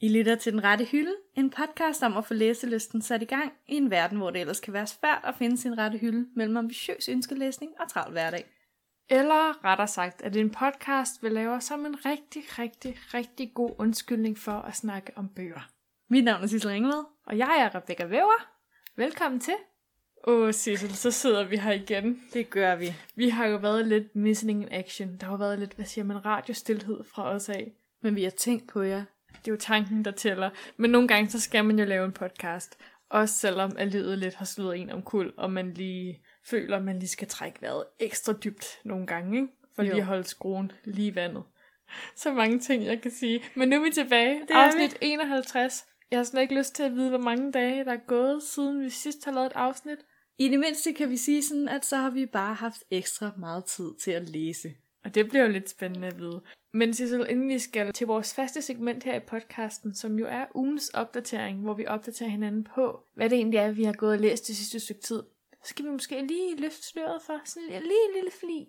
I lytter til Den Rette Hylde, en podcast om at få læselysten sat i gang i en verden, hvor det ellers kan være svært at finde sin rette hylde mellem ambitiøs ønskelæsning og travl hverdag. Eller rettere sagt, at en podcast vi laver som en rigtig, rigtig, rigtig god undskyldning for at snakke om bøger. Mit navn er Sissel Ringved. Og jeg er Rebecca Væver. Velkommen til. Åh, Sissel, så sidder vi her igen. Det gør vi. Vi har jo været lidt missing in action. Der har jo været lidt, hvad siger man, radiostilhed fra os af. Men vi har tænkt på jer. Det er jo tanken, der tæller. Men nogle gange, så skal man jo lave en podcast. Også selvom at livet lidt har slået en om kul, og man lige føler, at man lige skal trække vejret ekstra dybt nogle gange, ikke? For Jo. lige at holde skruen lige i vandet. Så mange ting, jeg kan sige. Men nu er vi tilbage. Det er afsnit 51. Jeg har slet ikke lyst til at vide, hvor mange dage, der er gået, siden vi sidst har lavet et afsnit. I det mindste kan vi sige sådan, at så har vi bare haft ekstra meget tid til at læse. Og det bliver jo lidt spændende at vide. Men Sissel, inden vi skal til vores faste segment her i podcasten, som jo er ugens opdatering, hvor vi opdaterer hinanden på, hvad det egentlig er, vi har gået og læst det sidste stykke tid, så skal vi måske lige løfte sløret for sådan lige en lille fli.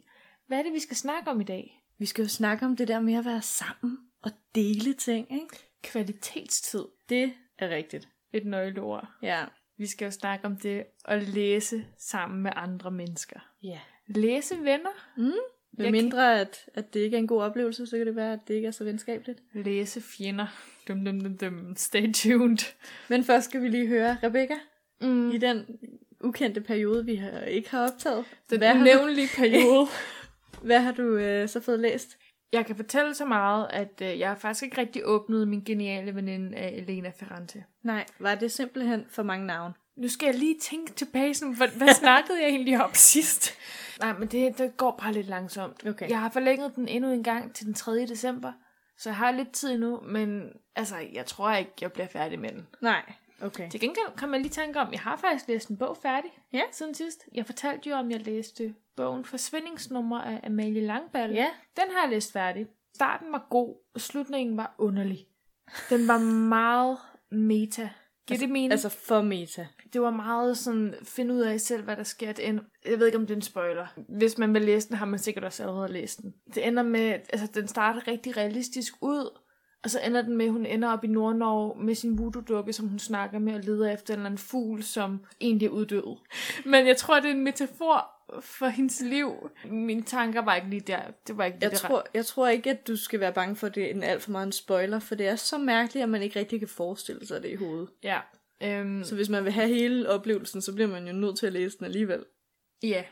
Hvad er det, vi skal snakke om i dag? Vi skal jo snakke om det der med at være sammen og dele ting, ikke? Kvalitetstid. Det er rigtigt. Et nøgleord. Ja. Vi skal jo snakke om det at læse sammen med andre mennesker. Ja. Læse venner. Med Jeg mindre, at, at det ikke er en god oplevelse, så kan det være, at det ikke er så venskabeligt. Læse fjender. Dum, dum, dum, dum. Stay tuned. Men først skal vi lige høre, Rebecca, Mm. i den ukendte periode, vi har, ikke har optaget, Den hvad, har du, unævnlige periode. hvad har du øh, så fået læst? Jeg kan fortælle så meget, at øh, jeg har faktisk ikke rigtig åbnet min geniale veninde af Elena Ferrante. Nej, var det simpelthen for mange navne? Nu skal jeg lige tænke tilbage, sådan, hvad, hvad snakkede jeg egentlig om sidst? Nej, men det, det går bare lidt langsomt. Okay. Jeg har forlænget den endnu en gang til den 3. december, så jeg har lidt tid endnu, men altså, jeg tror ikke, jeg bliver færdig med den. Nej. Okay. Til gengæld kan man lige tænke om, jeg har faktisk læst en bog færdig Ja. siden sidst. Jeg fortalte jo om, jeg læste bogen Forsvindingsnummer af Amalie Langballe. Den har jeg læst færdig. Starten var god, og slutningen var underlig. Den var meget meta. Giver det mening? Altså for meta. det var meget sådan, find ud af selv, hvad der sker. Det ender, jeg ved ikke, om det er en spoiler. Hvis man vil læse den, har man sikkert også allerede læst den. Det ender med, altså den starter rigtig realistisk ud, og så ender den med, at hun ender op i Nordnorge med sin voodoo-dukke, som hun snakker med og leder efter en eller anden fugl, som egentlig er uddød. Men jeg tror, det er en metafor for hendes liv. Mine tanker var ikke lige der. Det var ikke lige Jeg det tror, jeg tror ikke, at du skal være bange for, at det er en alt for meget en spoiler, for det er så mærkeligt, at man ikke rigtig kan forestille sig det i hovedet. Ja. Øhm, Så hvis man vil have hele oplevelsen, så bliver man jo nødt til at læse den alligevel. Ja.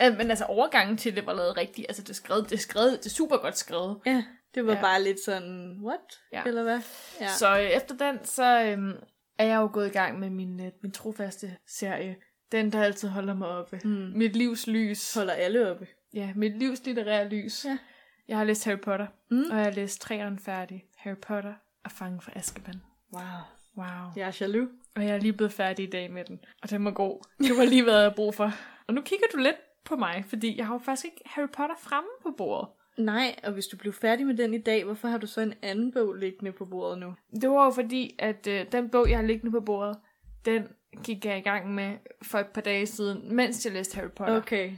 men, men altså overgangen til det var lavet rigtigt. Altså det er skrevet, det er skrevet, det er super godt skrevet. Ja, det var ja. Ja. bare lidt sådan, what? Ja. Eller hvad? Ja. Ja. Så øh, efter den, så øhm, er jeg jo gået i gang med min, øh, min trofaste serie. Den, der altid holder mig oppe. Mm. Mit livs lys. Holder alle oppe. Ja, mit livs litterære lys. Ja. Jeg har læst Harry Potter, Mm. og jeg har læst træerne færdig. Harry Potter og Fangen fra Azkaban. Wow. Wow. Jeg er jaloux. Og jeg er lige blevet færdig i dag med den. Og den var god. Det var lige, hvad jeg havde brug for. Og nu kigger du lidt på mig, fordi jeg har jo faktisk ikke Harry Potter fremme på bordet. Nej, og hvis du blev færdig med den i dag, hvorfor har du så en anden bog liggende på bordet nu? Det var jo fordi, at øh, den bog, jeg har liggende på bordet, den gik jeg i gang med for et par dage siden, mens jeg læste Harry Potter. Okay.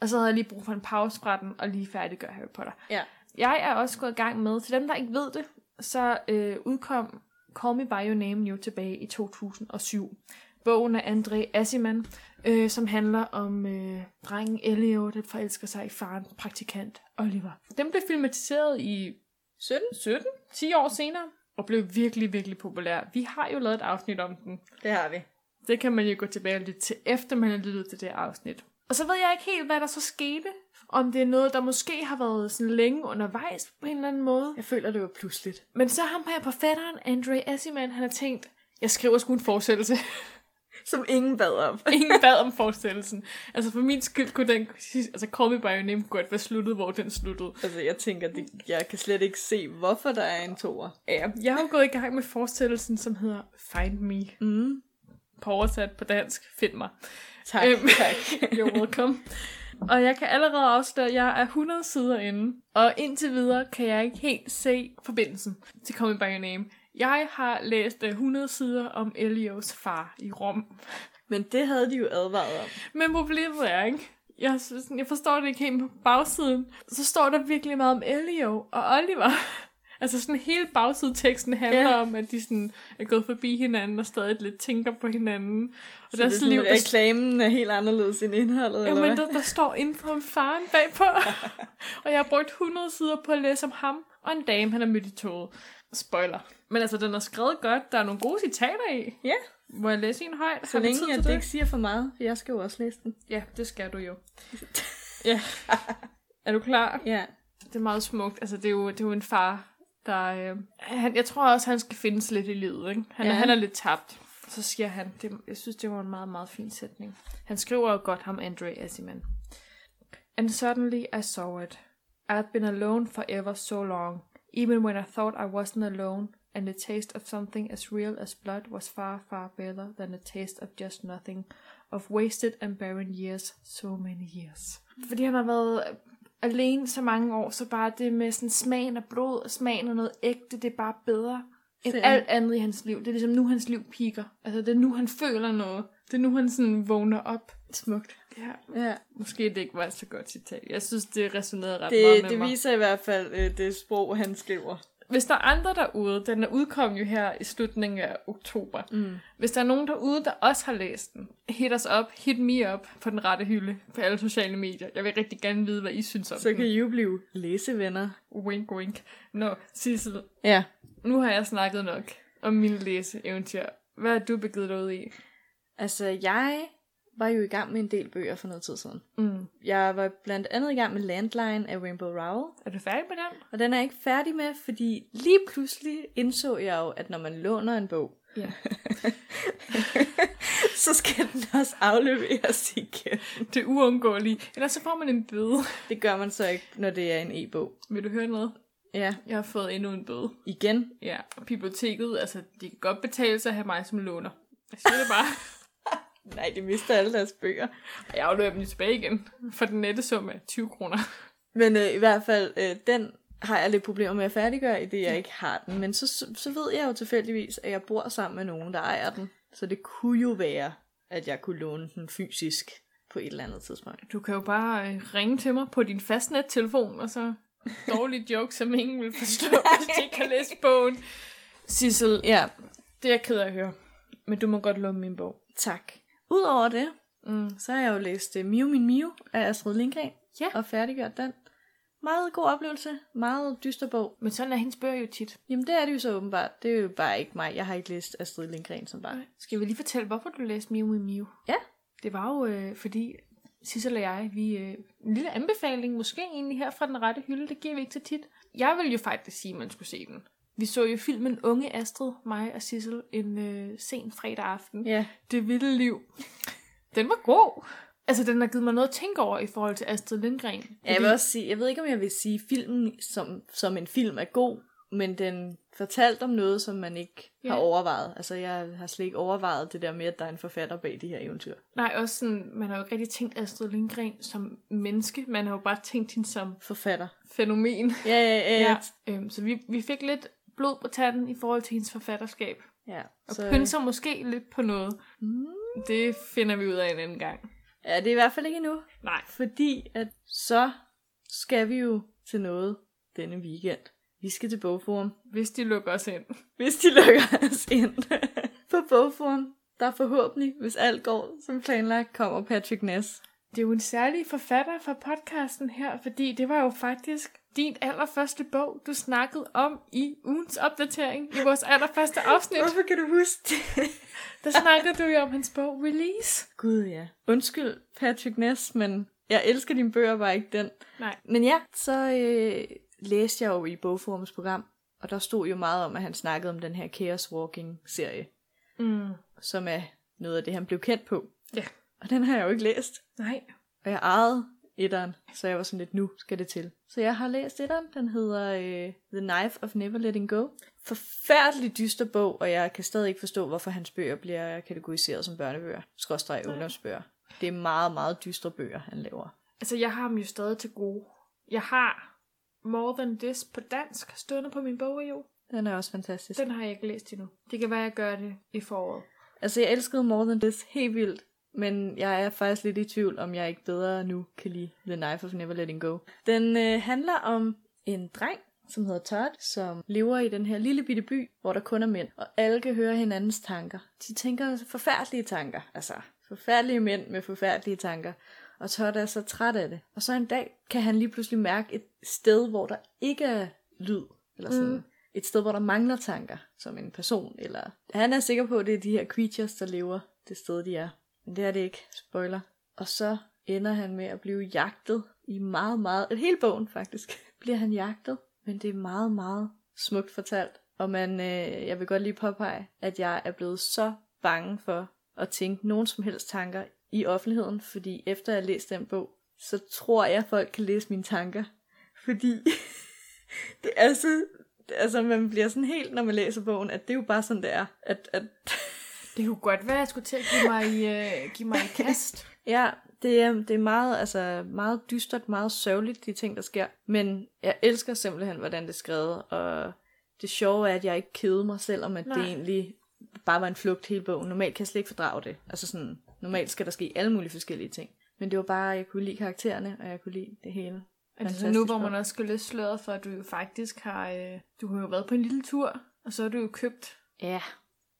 Og så havde jeg lige brug for en pause fra den, og lige færdiggøre Harry Potter. Ja. Jeg er også gået i gang med, til dem, der ikke ved det, så øh, udkom Call Me By Your Name jo tilbage i 2007. Bogen af André Assimann, øh, som handler om øh, drengen Elio, der forelsker sig i faren praktikant Oliver. Den blev filmatiseret i 17? 17, 10 år senere, og blev virkelig, virkelig populær. Vi har jo lavet et afsnit om den. Det har vi. Det kan man jo gå tilbage og lytte til, efter man har lyttet til det afsnit. Og så ved jeg ikke helt, hvad der så skete. Om det er noget, der måske har været sådan længe undervejs på en eller anden måde. Jeg føler, det var pludseligt. Men så ham her på fætteren, Andre Assimann, han har tænkt, jeg skriver sgu en fortsættelse. Som ingen bad om. Ingen bad om fortsættelsen. Altså for min skyld kunne den, altså Call Me By Your Name godt være sluttet, hvor den sluttede. altså, jeg tænker, det, jeg kan slet ikke se, hvorfor der er en toer. Ja, jeg har jo gået i gang med fortsættelsen, som hedder Find Me. Mm. På oversat på dansk, find mig. Tak, Øhm. tak. You're welcome. Og jeg kan allerede afsløre, at jeg er 100 sider inde. Og indtil videre kan jeg ikke helt se forbindelsen til Call Me By Your Name. Jeg har læst øh, 100 sider om Elios far i Rom. Men det havde de jo advaret om. Men problemet er, ikke? Jeg, synes sådan, jeg forstår det ikke helt på bagsiden. Så står der virkelig meget om Elio og Oliver. Altså sådan hele bagsideteksten handler Ja. ja. om, at de sådan er gået forbi hinanden og stadig lidt tænker på hinanden. Og Så det er deres sådan, liv, at reklamen er helt anderledes end indholdet, eller Jamen, hvad? der, der står inden for faren bagpå. og jeg har brugt 100 sider på at læse om ham og en dame, han har mødt i toget. Spoiler. Men altså, den er skrevet godt. Der er nogle gode citater i. Ja. Må jeg læse en højt? Så Har vi tid længe til jeg ikke siger for meget, for jeg skal jo også læse den. Ja, det skal du jo. ja. Er du klar? Ja. Det er meget smukt. Altså, det er jo, det er jo en far, der... Øh, han, jeg tror også, han skal findes lidt i livet, ikke? Han, Ja. ja. han er lidt tabt. Så siger han, det, jeg synes, det var en meget, meget fin sætning. Han skriver jo godt ham, Andre Asiman. And suddenly I saw it. I've been alone forever so long, even when I thought I wasn't alone, and the taste of something as real as blood was far, far better than the taste of just nothing, of wasted and barren years, so many years. Fordi han har været alene så mange år, så bare det med sådan smagen af blod og smagen af noget ægte, det er bare bedre end Selv. alt andet i hans liv. Det er ligesom nu, hans liv piker. Altså, det er nu, han føler noget. Det er nu, han sådan vågner op. Smukt. Ja. Ja. Måske det ikke var et så godt citat. Jeg synes, det resonerede ret meget Det, med det mig. viser i hvert fald øh, det sprog, han skriver. Hvis der er andre derude, den er udkommet jo her i slutningen af oktober. Mm. Hvis der er nogen derude, der også har læst den, hit os op, hit me op på den rette hylde på alle sociale medier. Jeg vil rigtig gerne vide, hvad I synes om Så den. kan I jo blive læsevenner. Wink, wink. Nå, Sissel, Ja. nu har jeg snakket nok om mine læseeventyr. Hvad har du begivet dig ud i? Altså, jeg var jo i gang med en del bøger for noget tid siden. Mm. Jeg var blandt andet i gang med Landline af Rainbow Rowell, Er du færdig med den? og den er jeg ikke færdig med, fordi lige pludselig indså jeg jo, at når man låner en bog, Ja. så skal den også afleveres igen. Det er uundgåeligt. Ellers så får man en bøde. Det gør man så ikke, når det er en e-bog. Vil du høre noget? Ja, Jeg har fået endnu en bøde. igen. Ja, biblioteket, altså, de kan godt betale sig at have mig som låner. Jeg siger det bare. Nej, det mister alle deres bøger. Og jeg afleverer dem lige tilbage igen, for den nette sum er 20 kroner. Men øh, i hvert fald, øh, den har jeg lidt problemer med at færdiggøre, i det jeg ikke har den. Men så, så, så ved jeg jo tilfældigvis, at jeg bor sammen med nogen, der ejer den. Så det kunne jo være, at jeg kunne låne den fysisk på et eller andet tidspunkt. Du kan jo bare øh, ringe til mig på din fastnettelefon, og så dårlige jokes, som ingen vil forstå, hvis de ikke kan læse bogen. Sissel, Ja, det er jeg ked af at høre, men du må godt låne min bog. tak. Udover det, Mm. så har jeg jo læst uh, Miu Min Miu af Astrid Lindgren. Ja. Og færdiggjort den. Meget god oplevelse. Meget dyster bog. Men sådan er hendes bøger jo tit. Jamen det er det jo så åbenbart. Det er jo bare ikke mig. Jeg har ikke læst Astrid Lindgren som barn. Skal vi lige fortælle, hvorfor du læste Miu Miu Miu? Ja. Det var jo, øh, fordi Sissel og jeg, vi... Øh, en lille anbefaling, måske egentlig her fra den rette hylde, det giver vi ikke så tit. Jeg vil jo faktisk sige, at man skulle se den. Vi så jo filmen Unge Astrid, mig og Sissel, en øh, sen fredag aften. Ja. Det vilde liv. Den var god. Altså, den har givet mig noget at tænke over i forhold til Astrid Lindgren. Ja, Jeg vil også sige, jeg ved ikke, om jeg vil sige, at filmen som, som en film er god, men den fortalte om noget, som man ikke ja. har Ja. overvejet. Altså, jeg har slet ikke overvejet det der med, at der er en forfatter bag de her eventyr. Nej, også sådan, man har jo ikke rigtig tænkt Astrid Lindgren som menneske. Man har jo bare tænkt hende som Forfatter. fænomen. Ja, ja, ja. ja. Øhm, så vi, vi fik lidt blod på tanden i forhold til hendes forfatterskab. ja. Og øh, Så, pynser måske lidt på noget. Mm. Det finder vi ud af en anden gang. ja, det er i hvert fald ikke endnu, Nej. fordi at så skal vi jo til noget denne weekend. Vi skal til Bogforum. Hvis de lukker os ind. hvis de lukker os ind på bogforum, der forhåbentlig, hvis alt går som planlagt, kommer Patrick Ness. Det er jo en særlig forfatter for podcasten her, fordi det var jo faktisk din allerførste bog, du snakkede om i ugens opdatering i vores allerførste afsnit. kan du huske det? Der snakkede du jo om hans bog Release. Gud ja. Undskyld, Patrick Ness, men jeg elsker dine bøger, bare ikke den. Nej. Men ja, så øh, læste jeg jo i bogforums program, og der stod jo meget om, at han snakkede om den her Chaos Walking-serie, Mm. som er noget af det, han blev kendt på. Ja. Og den har jeg jo ikke læst. Nej. Og jeg ejede etteren, så jeg var sådan lidt, nu skal det til. Så jeg har læst etteren, den hedder øh, The Knife of Never Letting Go. Forfærdelig dyster bog, og jeg kan stadig ikke forstå, hvorfor hans bøger bliver kategoriseret som børnebøger, skråstreg ungdomsbøger. Det er meget, meget dystre bøger, han laver. Altså, jeg har dem jo stadig til gode. Jeg har More Than This på dansk stående på min bog jo. Den er også fantastisk. Den har jeg ikke læst endnu. Det kan være, jeg gør det i foråret. Altså, jeg elskede More Than This helt vildt, men jeg er faktisk lidt i tvivl, om jeg ikke bedre nu kan lide The Knife of Never Letting Go. Den øh, handler om en dreng, som hedder Todd, som lever i den her lille bitte by, hvor der kun er mænd, og alle kan høre hinandens tanker. De tænker forfærdelige tanker, altså forfærdelige mænd med forfærdelige tanker, og Todd er så træt af det. Og så en dag kan han lige pludselig mærke et sted, hvor der ikke er lyd, eller sådan mm. et sted, hvor der mangler tanker, som en person, eller han er sikker på, at det er de her creatures, der lever det sted, de er. Men det er det ikke, spoiler. Og så ender han med at blive jagtet i meget, meget... Et hele bogen, faktisk, bliver han jagtet. Men det er meget, meget smukt fortalt. Og man, øh, jeg vil godt lige påpege, at jeg er blevet så bange for at tænke nogen som helst tanker i offentligheden, fordi efter jeg læste den bog, så tror jeg, at folk kan læse mine tanker. Fordi det er så... Altså, man bliver sådan helt, når man læser bogen, at det er jo bare sådan, det er. At, at Det kunne godt være, at jeg skulle til at give mig, øh, give mig et kast. Ja, det er, det er meget, altså, meget dystert, meget sørgeligt, de ting, der sker. Men jeg elsker simpelthen, hvordan det er skrevet, og det sjove er, at jeg ikke kede mig, selvom at Nej. det Nej. egentlig bare var en flugt hele bogen. Normalt kan jeg slet ikke fordrage det. Altså sådan, normalt skal der ske alle mulige forskellige ting. Men det var bare, at jeg kunne lide karaktererne, og jeg kunne lide det hele. Og det er Altså, så nu, Fantastisk hvor bog. man også skal løfte sløret for, at du jo faktisk har... Øh, du har jo været på en lille tur, og så har du jo købt. Ja.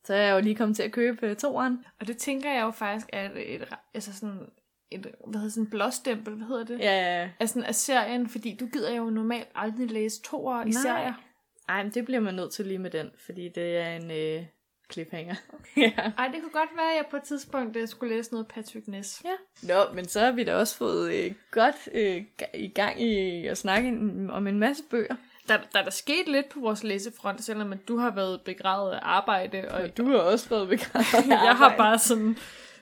Så er jeg jo lige kommet til at købe øh, toeren. Og det tænker jeg jo faktisk er et, et altså sådan, et, hvad hedder sådan en blåstempel, hvad hedder det? Ja, Altså sådan af serien, fordi du gider jo normalt aldrig læse toer i Nej. serier. Ej, men det bliver man nødt til lige med den, fordi det er en øh, cliffhanger. Okay. ja. Ej, det kunne godt være, at jeg på et tidspunkt øh, skulle læse noget Patrick Ness. Ja. Nå, men så har vi da også fået øh, godt øh, ga- i gang i at snakke en- om en masse bøger. Der, der er der sket lidt på vores læsefront, selvom at du har været begravet af arbejde, og Og du har også fået begravet. jeg har bare sådan,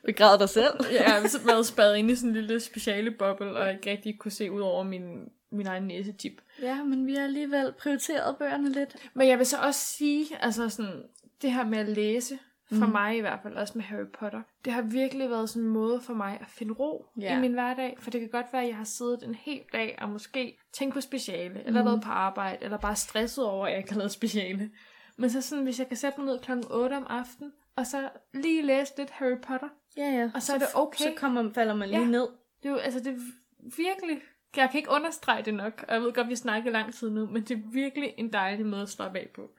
begravet dig selv. jeg har sådan været spadet inde i sådan en lille speciale boble, og ikke rigtig kunne se ud over min, min egen næsetip. Ja, men vi har alligevel prioriteret bøgerne lidt. Men jeg vil så også sige, altså sådan, det her med at læse, for mm. mig i hvert fald, også med Harry Potter, det har virkelig været sådan en måde for mig at finde ro Ja. i min hverdag, for det kan godt være, at jeg har siddet en hel dag og måske tænkt på speciale, eller været på arbejde, eller bare stresset over, at jeg ikke har lavet speciale. Men så sådan, hvis jeg kan sætte mig ned klokken 8 om aftenen, og så lige læse lidt Harry Potter, Ja, ja. og så, er det okay. Så kommer, falder man lige Ja. ned. Det er jo, altså, det er virkelig... Jeg kan ikke understrege det nok, og jeg ved godt, vi snakker lang tid nu, men det er virkelig en dejlig måde at slappe af på.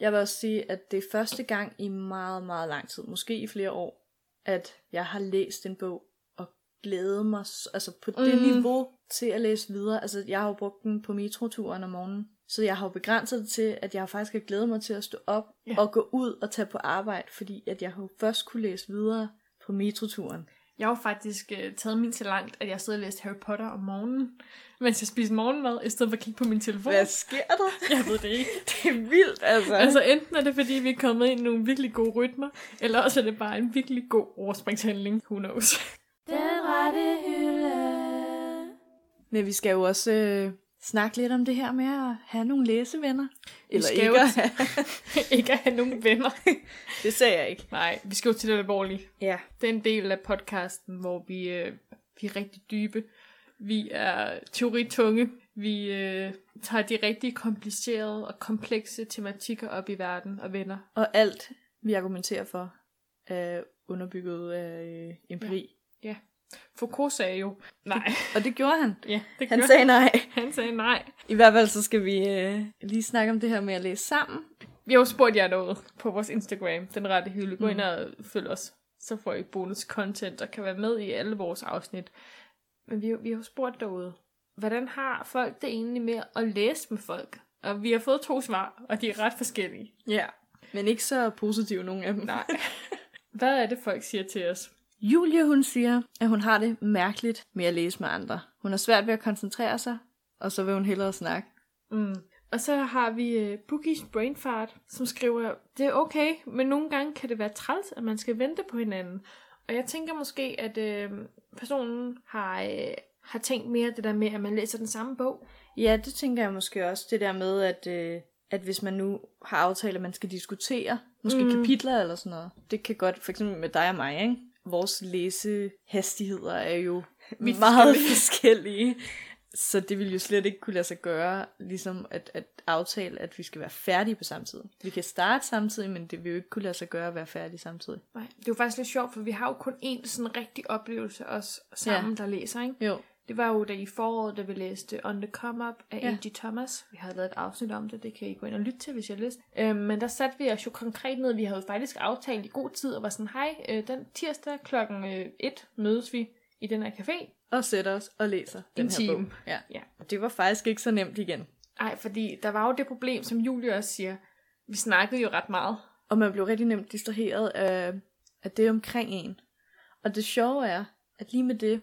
Jeg vil også sige, at det er første gang i meget, meget lang tid, måske i flere år, at jeg har læst en bog og glædet mig s- altså på det Mm. niveau til at læse videre. Altså, jeg har jo brugt den på metroturen om morgenen, så jeg har jo begrænset det til, at jeg faktisk har glædet mig til at stå op Ja. ja. og gå ud og tage på arbejde, fordi at jeg har jo først kunne læse videre på metroturen. Jeg har jo faktisk øh, taget min så langt, at jeg sidder og læste Harry Potter om morgenen, mens jeg spiser morgenmad, i stedet for at kigge på min telefon. sker der? Jeg ved det ikke. det er vildt, altså. Altså enten er det, fordi vi er kommet ind i nogle virkelig gode rytmer, eller også er det bare en virkelig god overspringshandling. Who knows? Men vi skal jo også øh, snakke lidt om det her med at have nogle læsevenner. Eller skal ikke jo- at have. ikke at have nogen venner. Det sagde jeg ikke. Nej, vi skal jo til det alvorlige. Ja. den del af podcasten, hvor vi, øh, vi er rigtig dybe. Vi er teoritunge. Vi øh, tager de rigtig komplicerede og komplekse tematikker op i verden og vender. Og alt, vi argumenterer for, er underbygget af øh, empiri. Ja. Foucault sagde jo nej. Og det gjorde han. ja, det Han gør- sagde nej. han sagde nej. I hvert fald så skal vi øh, lige snakke om det her med at læse sammen. Vi har jo spurgt jer noget på vores Instagram, den rette hylde. Gå ind og Mm. følg os, så får I bonus content og kan være med i alle vores afsnit. Men vi, har- vi har jo spurgt derude, hvordan har folk det egentlig med at læse med folk? Og vi har fået to svar, og de er ret forskellige. Ja. Men ikke så positivt nogen af dem. Nej. Hvad er det, folk siger til os? Julie, hun siger, at hun har det mærkeligt med at læse med andre. Hun har svært ved at koncentrere sig, og så vil hun hellere snakke. Mm. Og så har vi uh, Bookies Brainfart, som skriver, det er okay, men nogle gange kan det være træls, at man skal vente på hinanden. Og jeg tænker måske, at øh, personen har, øh, har tænkt mere det der med, at man læser den samme bog. Ja, det tænker jeg måske også. Det der med, at, øh, at hvis man nu har aftalt, at man skal diskutere, måske mm. kapitler eller sådan noget. Det kan godt, for eksempel med dig og mig, ikke? Vores læsehastigheder er jo Vidt meget forskellige. Så det ville jo slet ikke kunne lade sig gøre, ligesom at, at aftale, at vi skal være færdige på samme tid. Vi kan starte samtidig, men det vil jo ikke kunne lade sig gøre at være færdige samtidig. Nej, det er jo faktisk lidt sjovt, for vi har jo kun én sådan rigtig oplevelse os sammen, ja. der læser, ikke? Jo. Det var jo da i foråret, da vi læste On the Come Up af Ja. ja. A.G. Thomas. Vi har lavet et afsnit om det, det kan I gå ind og lytte til, hvis jeg har lyst. Øh, men der satte vi os jo konkret ned, vi havde jo faktisk aftalt i god tid, og var sådan, hej, øh, den tirsdag kl. 1 mødes vi i den her café. Og sætter os og læser den En her time. bog. Ja. Ja. Det var faktisk ikke så nemt igen. Nej, fordi der var jo det problem, som Julie også siger. Vi snakkede jo ret meget. Og man blev rigtig nemt distraheret af, af det omkring en. Og det sjove er, at lige med det,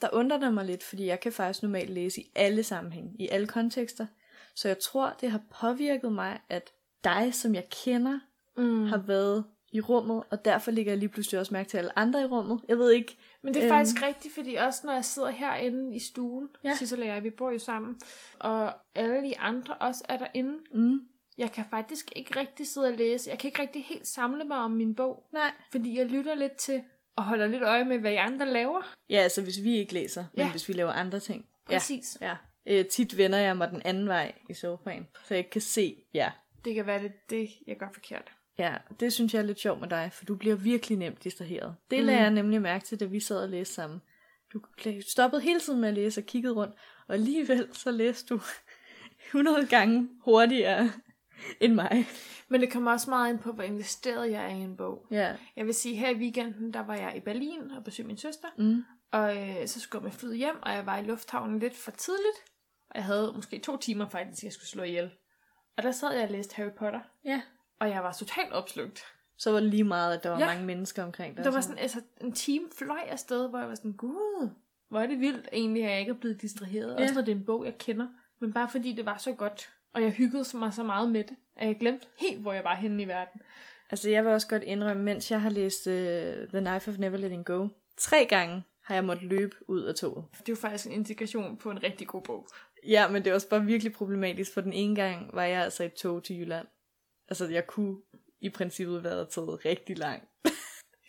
der undrer det mig lidt, fordi jeg kan faktisk normalt læse i alle sammenhæng, i alle kontekster. Så jeg tror, det har påvirket mig, at dig, som jeg kender, Mm. har været i rummet, og derfor ligger jeg lige pludselig også mærke til alle andre i rummet. Jeg ved ikke, Men det er Øhm. faktisk rigtigt, fordi også når jeg sidder herinde i stuen, Ja. ja. Sissel og jeg, vi bor jo sammen, og alle de andre også er derinde. mm, Jeg kan faktisk ikke rigtig sidde og læse. Jeg kan ikke rigtig helt samle mig om min bog, nej. fordi jeg lytter lidt til og holder lidt øje med, hvad I andre laver. Ja, altså hvis vi ikke læser, men Ja. hvis vi laver andre ting. Ja. Præcis. Ja. Øh, tit vender jeg mig den anden vej i sofaen, så jeg ikke kan se jer. Ja. Det kan være lidt det, jeg gør forkert. Ja, det synes jeg er lidt sjovt med dig, for du bliver virkelig nemt distraheret. Det mm. lagde jeg nemlig mærke til, da vi sad og læste sammen. Du stoppede hele tiden med at læse og kiggede rundt, og alligevel så læste du 100 gange hurtigere end mig. Men det kommer også meget ind på, hvor investeret jeg er i en bog. Ja, Jeg vil sige, her i weekenden, der var jeg i Berlin og besøgte min søster. mm. Og øh, så skulle jeg med flyet hjem, og jeg var i lufthavnen lidt for tidligt. Og jeg havde måske to timer faktisk, jeg skulle slå ihjel. Og der sad jeg og læste Harry Potter, ja. og jeg var totalt opslugt. Så var det lige meget, at der var ja. Ja. mange mennesker omkring dig. Der og var sådan, altså, en time fløj afsted, hvor jeg var sådan, gud, hvor er det vildt egentlig, at jeg ikke er blevet distraheret. Ja. Ja. Også når det er en bog, jeg kender. Men bare fordi det var så godt, og jeg hyggede mig så meget med det, at jeg glemte helt, hvor jeg var henne i verden. Altså, jeg vil også godt indrømme, mens jeg har læst uh, The Knife of Never Letting Go, tre gange har jeg måttet løbe ud af toget. Det er jo faktisk en indikation på en rigtig god bog. Ja, men det er også bare virkelig problematisk, for den ene gang var jeg altså i et tog til Jylland. Altså, jeg kunne i princippet været taget rigtig langt.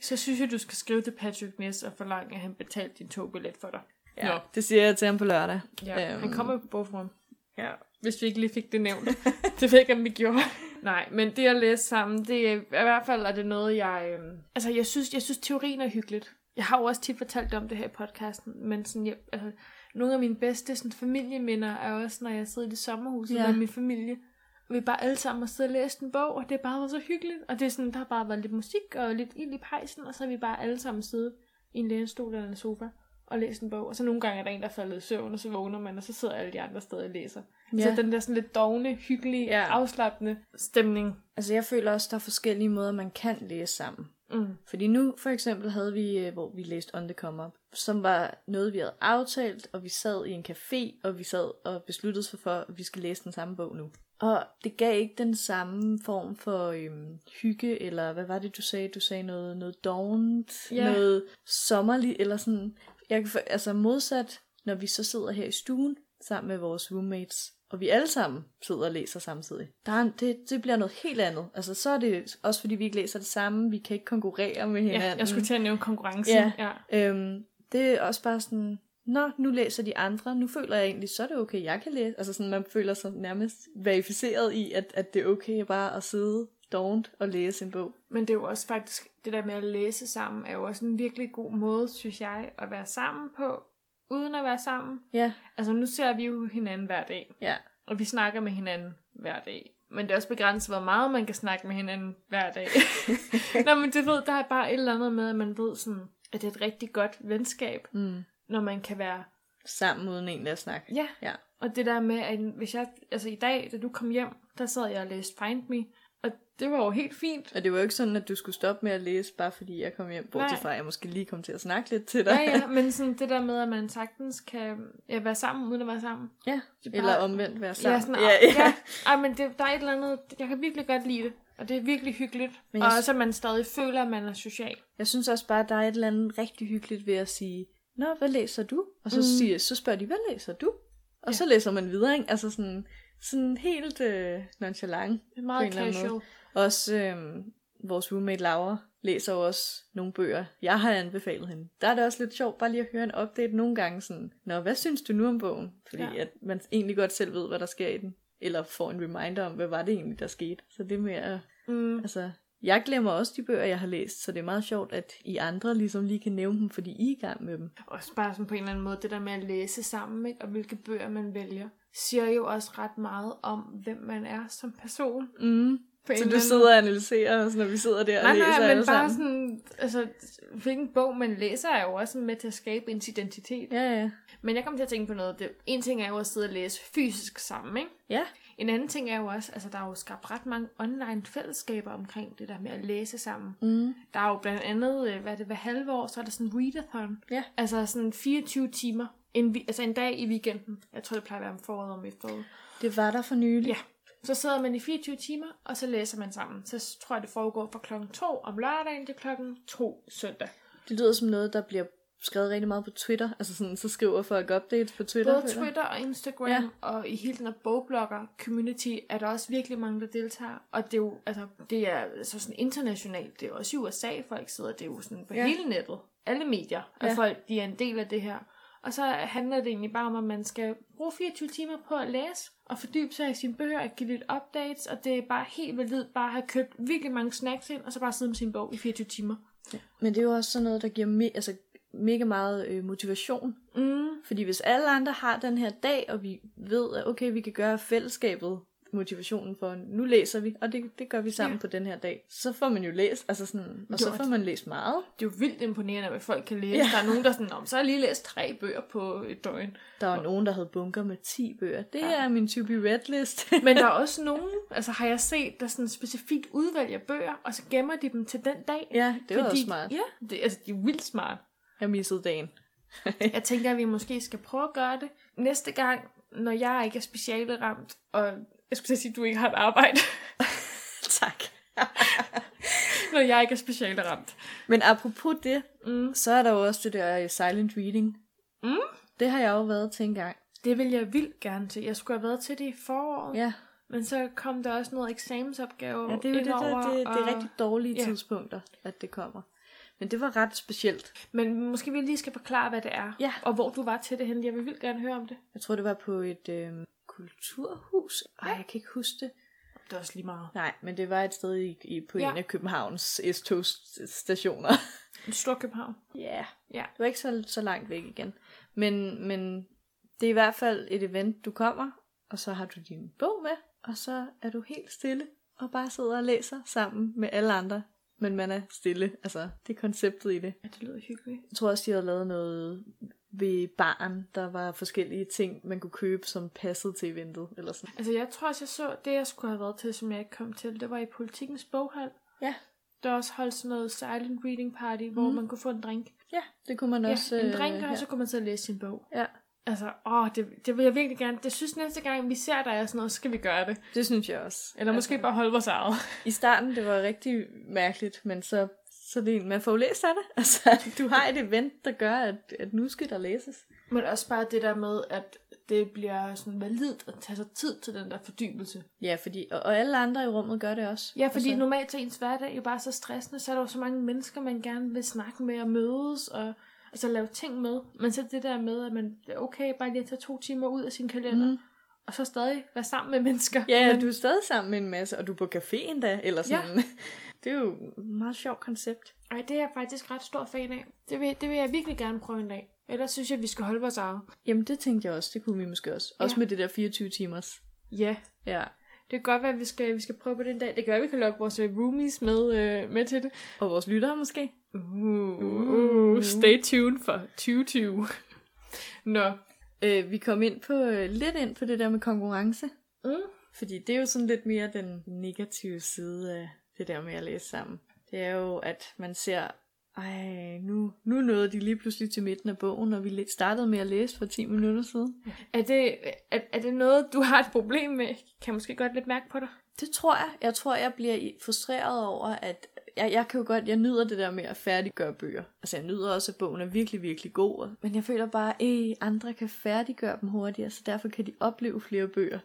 Så synes jeg, du skal skrive til Patrick Ness og forlange, at han betalte din togbillet for dig. Ja. Nå. Det siger jeg til ham på lørdag. Ja, Øhm. øhm. han kommer jo på bogforum. Ja. Hvis vi ikke lige fik det nævnt. det ved jeg ikke, om vi gjorde. Nej, men det at læse sammen, det er i hvert fald er det noget, jeg... Øh, altså, jeg synes, jeg synes, teorien er hyggeligt. Jeg har jo også tit fortalt om det her i podcasten, men sådan, jeg, altså, nogle af mine bedste sådan, familieminder er også, når jeg sidder i det sommerhus Ja. ja. med min familie. Og vi er bare alle sammen og sidder og læser en bog, og det har bare været så hyggeligt. Og det er sådan, der har bare været lidt musik og lidt ild i pejsen, og så har vi bare alle sammen siddet i en lænestol eller en sofa og læst en bog. Og så nogle gange er der en, der er faldet i søvn, og så vågner man, og så sidder alle de andre stadig og læser. Ja. Ja. Så den der sådan lidt dogne, hyggelige, Ja. ja. afslappende stemning. Altså, jeg føler også, der er forskellige måder, man kan læse sammen. Mm. Fordi nu for eksempel havde vi, øh, hvor vi læste On The Come Up, som var noget, vi havde aftalt, og vi sad i en café, og vi sad og besluttede sig for, at vi skal læse den samme bog nu. Og det gav ikke den samme form for øhm, hygge, eller hvad var det, du sagde? Du sagde noget, noget dovent, Ja. noget sommerligt, eller sådan. Jeg kan for, altså modsat, når vi så sidder her i stuen sammen med vores roommates, og vi alle sammen sidder og læser samtidig. Der er en, det, det bliver noget helt andet. Altså så er det også fordi, vi ikke læser det samme, vi kan ikke konkurrere med hinanden. Ja, jeg skulle til at nævne konkurrence. Ja. Ja. Øhm, det er også bare sådan, nå, nu læser de andre, nu føler jeg egentlig, så er det okay, jeg kan læse. Altså sådan, man føler sig nærmest verificeret i, at, at det er okay bare at sidde dovent og læse en bog. Men det er jo også faktisk, det der med at læse sammen, er jo også en virkelig god måde, synes jeg, at være sammen på, uden at være sammen. Ja, Altså nu ser vi jo hinanden hver dag, ja, og vi snakker med hinanden hver dag. Men det er også begrænset, hvor meget man kan snakke med hinanden hver dag. Nå, men det ved, der er bare et eller andet med, at man ved sådan, at det er et rigtig godt venskab, mm. når man kan være sammen uden egentlig at snakke. Ja. Ja. Og det der med, at hvis jeg, altså i dag, da du kom hjem, der sad jeg og læste Find Me, og det var jo helt fint. Og det var jo ikke sådan, at du skulle stoppe med at læse, bare fordi jeg kom hjem, bortset Nej. fra, at jeg måske lige kom til at snakke lidt til dig. Ja, ja, men sådan det der med, at man sagtens kan ja, være sammen, uden at være sammen. ja. Det er Eller bare- omvendt være Ja, sammen. sådan, ja, ja. ja. Ej, men det, der er et eller andet, jeg kan virkelig godt lide det, og det er virkelig hyggeligt. Men Men jeg og sy- også, at man stadig føler, at man er social. Jeg synes også bare, at der er et eller andet rigtig hyggeligt ved at sige, Nå, hvad læser du? Og så, mm. Mm. siger, så spørger de, hvad læser du? Og ja. Ja. så læser man videre, ikke? Altså sådan, sådan helt øh, nonchalant. Det er meget På en eller anden casual. Også øh, vores roommate Laura læser jo også nogle bøger, jeg har anbefalet hende. Der er det også lidt sjovt bare lige at høre en update nogle gange sådan, Nå, hvad synes du nu om bogen? Fordi ja. Ja. at man egentlig godt selv ved, hvad der sker i den. Eller får en reminder om, hvad var det egentlig, der skete. Så det med at Mm. altså, Jeg glemmer også de bøger, jeg har læst, så det er meget sjovt, at I andre ligesom lige kan nævne dem, fordi I er i gang med dem. Også bare sådan på en eller anden måde, det der med at læse sammen, ikke? og hvilke bøger man vælger, siger jo også ret meget om, hvem man er som person. Mm. På en Så eller du anden sidder og analyserer, så når vi sidder der og Nej, læser nej, alle men bare sammen. sådan, altså, hvilken bog man læser er jo også med til at skabe ens identitet. Ja. Ja, ja. Men jeg kom til at tænke på noget. Det, en ting er jo at sidde og læse fysisk sammen, ikke? Ja, En anden ting er jo også, altså der er jo skabt ret mange online fællesskaber omkring det der med at læse sammen. mm. Der er jo blandt andet, øh, hvad er det, hver halve år, så er der sådan en readathon. Ja. Altså sådan 24 timer, en, vi- altså en dag i weekenden. Jeg tror, det plejer at være om foråret og om efteråret. det var der for nylig. Ja. Så sidder man i 24 timer, og så læser man sammen. Så tror jeg, det foregår fra klokken 2 om lørdagen til klokken 2 søndag. Det lyder som noget, der bliver skrevet rigtig meget på Twitter. Altså sådan, så skriver folk updates på Twitter. Både føler jeg. Twitter og Instagram Ja. ja. og i hele den her bogblogger community er der også virkelig mange, der deltager. Og det er jo, altså, det er så sådan internationalt. Det er også i USA, folk sidder. Det er jo sådan på Ja. ja. hele nettet. Alle medier, at Ja. ja. folk de er en del af det her. Og så handler det egentlig bare om, at man skal bruge 24 timer på at læse og fordybe sig i sine bøger og give lidt updates. Og det er bare helt validt bare at have købt virkelig mange snacks ind, og så bare sidde med sin bog i 24 timer. Men det er jo også sådan noget, der giver me- altså, mega meget øh, motivation. Mm. Fordi hvis alle andre har den her dag, og vi ved, at okay, vi kan gøre fællesskabet motivationen for, nu læser vi, og det, det gør vi sammen ja. på den her dag. Så får man jo læst, altså sådan, og så Gjort. får man læst meget. Det er jo vildt imponerende, hvad folk kan læse. Ja. Ja. Der er nogen, der er sådan, "Nå, men så har jeg lige læst tre bøger på et døgn. Der var nogen, der havde bunker med 10 bøger. Det ja. er min to be read list. Men der er også nogen, altså har jeg set, der sådan specifikt udvælger bøger, og så gemmer de dem til den dag. ja, det var også smart. Ja, det, altså de er vildt smart. Jeg missede dagen. Jeg tænker, at vi måske skal prøve at gøre det næste gang, når jeg ikke er specialeramt, og jeg skulle til at sige, at du ikke har et arbejde, tak. når jeg ikke er specialeramt. Men apropos det, Mm. så er der jo også det der øh, silent reading. Mm. Det har jeg jo været til en gang. Det vil jeg vildt gerne til. Jeg skulle have været til det i foråret, Ja, men så kom der også noget eksamensopgave ja det er jo det, der, indover, det, det er og- rigtig dårlige ja. tidspunkter, at det kommer. Men det var ret specielt. Men måske vi lige skal forklare, hvad det er, Ja. og hvor du var til det henne. Jeg vil vildt gerne høre om det. Jeg tror, det var på et øh, kulturhus. Ej, jeg kan ikke huske det. Det er også lige meget. Nej, men det var et sted i, i, på ja. Ja. en af Københavns S-togstationer. Stor København. Ja, yeah. Ja. det var ikke så, så langt væk igen. Men, men det er i hvert fald et event, du kommer, og så har du din bog med, og så er du helt stille og bare sidder og læser sammen med alle andre. Men man er stille, altså det er konceptet i det. Ja, det lyder hyggeligt. Jeg tror også, de havde lavet noget ved baren, der var forskellige ting, man kunne købe, som passede til eventet. Eller sådan. Altså, jeg tror også, jeg så det, jeg skulle have været til, som jeg ikke kom til. Det var i Politikens Boghal. Ja. Der er også holdt sådan noget silent reading party, hvor Mhm. man kunne få en drink. Ja, det kunne man Ja, også... en øh, drink, og her. så kunne man så læse sin bog. Ja, Altså, åh, det, det vil jeg virkelig gerne. Det synes næste gang, vi ser dig og sådan noget, så skal vi gøre det. det synes jeg også. Altså, Eller måske bare holde vores eget. I starten, det var rigtig mærkeligt, men så, så det er en, man får jo læst af det. Altså, du har et event, der gør, at, at nu skal der læses. Men også bare det der med, at det bliver sådan validt at tage sig tid til den der fordybelse. Ja, fordi, og, og alle andre i rummet gør det også. Ja, fordi altså, normalt så er ens hverdag jo bare så stressende, så er der jo så mange mennesker, man gerne vil snakke med og mødes og altså lave ting med. Men så det der med, at man det er okay bare lige at tage to timer ud af sin kalender, Mhm. mm. og så stadig være sammen med mennesker. Ja, men, du er stadig sammen med en masse, og du er på café endda, eller sådan. Ja. Det er jo et meget sjovt koncept. ej, det er jeg faktisk ret stor fan af. Det vil, det vil jeg virkelig gerne prøve en dag. Ellers synes jeg, vi skal holde vores eget. Jamen, det tænkte jeg også, det kunne vi måske også. Også Ja. med det der 24 timers. Ja, Ja, det kan godt være, at vi skal, vi skal prøve på den dag. Det kan være, at vi kan lukke vores øh, roomies med, øh, med til det. og vores lyttere måske. Uh, uh, stay tuned for 2020. Nå. Øh, vi kom ind på øh, lidt ind på det der med konkurrence. Mm. Fordi det er jo sådan lidt mere den negative side af det der med at læse sammen. Det er jo, at man ser, ej, nu, nu nåede de lige pludselig til midten af bogen, og vi lidt startede med at læse for 10 minutter siden. Er det, er, er det noget, du har et problem med? Kan jeg måske godt lidt mærke på dig. Det tror jeg. Jeg tror, jeg bliver i- frustreret over, at jeg, jeg kan jo godt, jeg nyder det der med at færdiggøre bøger. Altså, jeg nyder også, at bogen er virkelig, virkelig god. og- Men jeg føler bare, at andre kan færdiggøre dem hurtigere, så derfor kan de opleve flere bøger.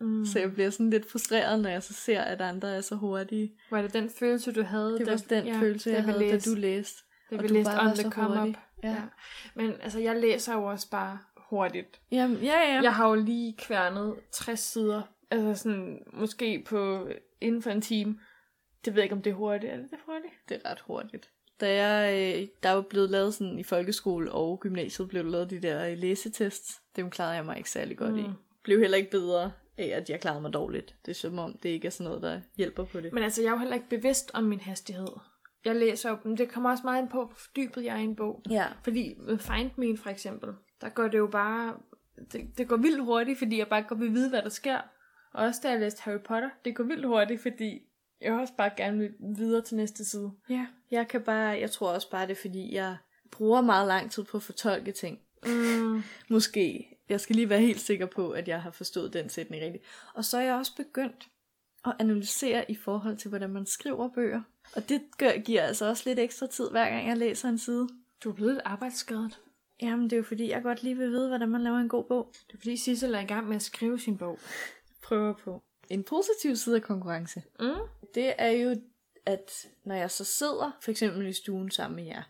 Mm. Så Så, jeg bliver sådan lidt frustreret, når jeg så ser, at andre er så hurtige. var det den følelse, du havde? Det var også den ja, følelse, jeg havde, da du læste. da og vi du læste bare var On så The Come Up. hurtig. Ja. Men altså, jeg læser jo også bare hurtigt. Jamen, ja, ja. Jeg har jo lige kværnet 60 sider. Altså sådan, måske på inden for en time. Det ved jeg ikke, om det er hurtigt. Er det det hurtigt? Det er ret hurtigt. Da jeg, øh, der er jo blevet lavet sådan i folkeskole og gymnasiet, blev der lavet de der øh, læsetests. Dem klarede jeg mig ikke særlig godt mm. i. Blev heller ikke bedre af, at jeg klarede mig dårligt. Det er som om, det ikke er sådan noget, der hjælper på det. Men altså, jeg er jo heller ikke bevidst om min hastighed. Jeg læser jo dem. Det kommer også meget ind på, hvor dybet jeg er i en bog. Ja. Fordi med Find Me for eksempel, der går det jo bare... Det, det går vildt hurtigt, fordi jeg bare godt vil vide, hvad der sker. Og også da jeg læste Harry Potter, det går vildt hurtigt, fordi jeg også bare gerne vil videre til næste side. Ja. Jeg kan bare, jeg tror også bare, det er fordi, jeg bruger meget lang tid på at fortolke ting. Mm. Måske. Jeg skal lige være helt sikker på, at jeg har forstået den sætning rigtigt. Og så er jeg også begyndt at analysere i forhold til, hvordan man skriver bøger. Og det gør, giver altså også lidt ekstra tid, hver gang jeg læser en side. Du er blevet lidt arbejdsskadet. Jamen, det er jo fordi, jeg godt lige vil vide, hvordan man laver en god bog. Det er fordi Sissel er i gang med at skrive sin bog. Prøver på. En positiv side af konkurrence, Mm. det er jo, at når jeg så sidder, for eksempel i stuen sammen med jer,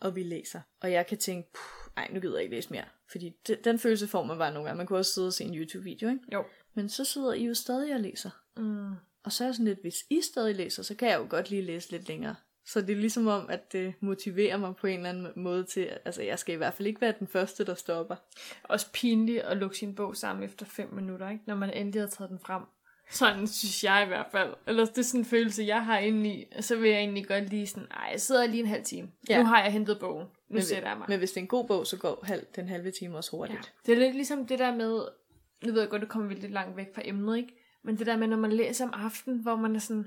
og vi læser, og jeg kan tænke, "Puh, ej, nu gider jeg ikke læse mere. Fordi det, den følelse får man bare nogle gange. Man kunne også sidde og se en YouTube-video, ikke? Jo. Men så sidder I jo stadig og læser. Mm. Og så er jeg sådan lidt, hvis I stadig læser, så kan jeg jo godt lige læse lidt længere. Så det er ligesom om, at det motiverer mig på en eller anden måde til, altså jeg skal i hvert fald ikke være den første, der stopper. Også pinligt at lukke sin bog sammen efter 5 minutter, ikke? når man endelig har taget den frem. Sådan synes jeg i hvert fald. Ellers det er sådan en følelse, jeg har inde i. Så vil jeg egentlig godt lige sådan, ej, jeg sidder lige en halv time. Ja. Ja. Nu har jeg hentet bogen. Nu Men- sætter jeg mig. Men hvis det er en god bog, så går halv, den halve time også hurtigt. Ja. Ja. Det er lidt ligesom det der med, nu ved jeg godt, det kommer vi lidt langt væk fra emnet, ikke? Men det der med, når man læser om aftenen, hvor man er sådan,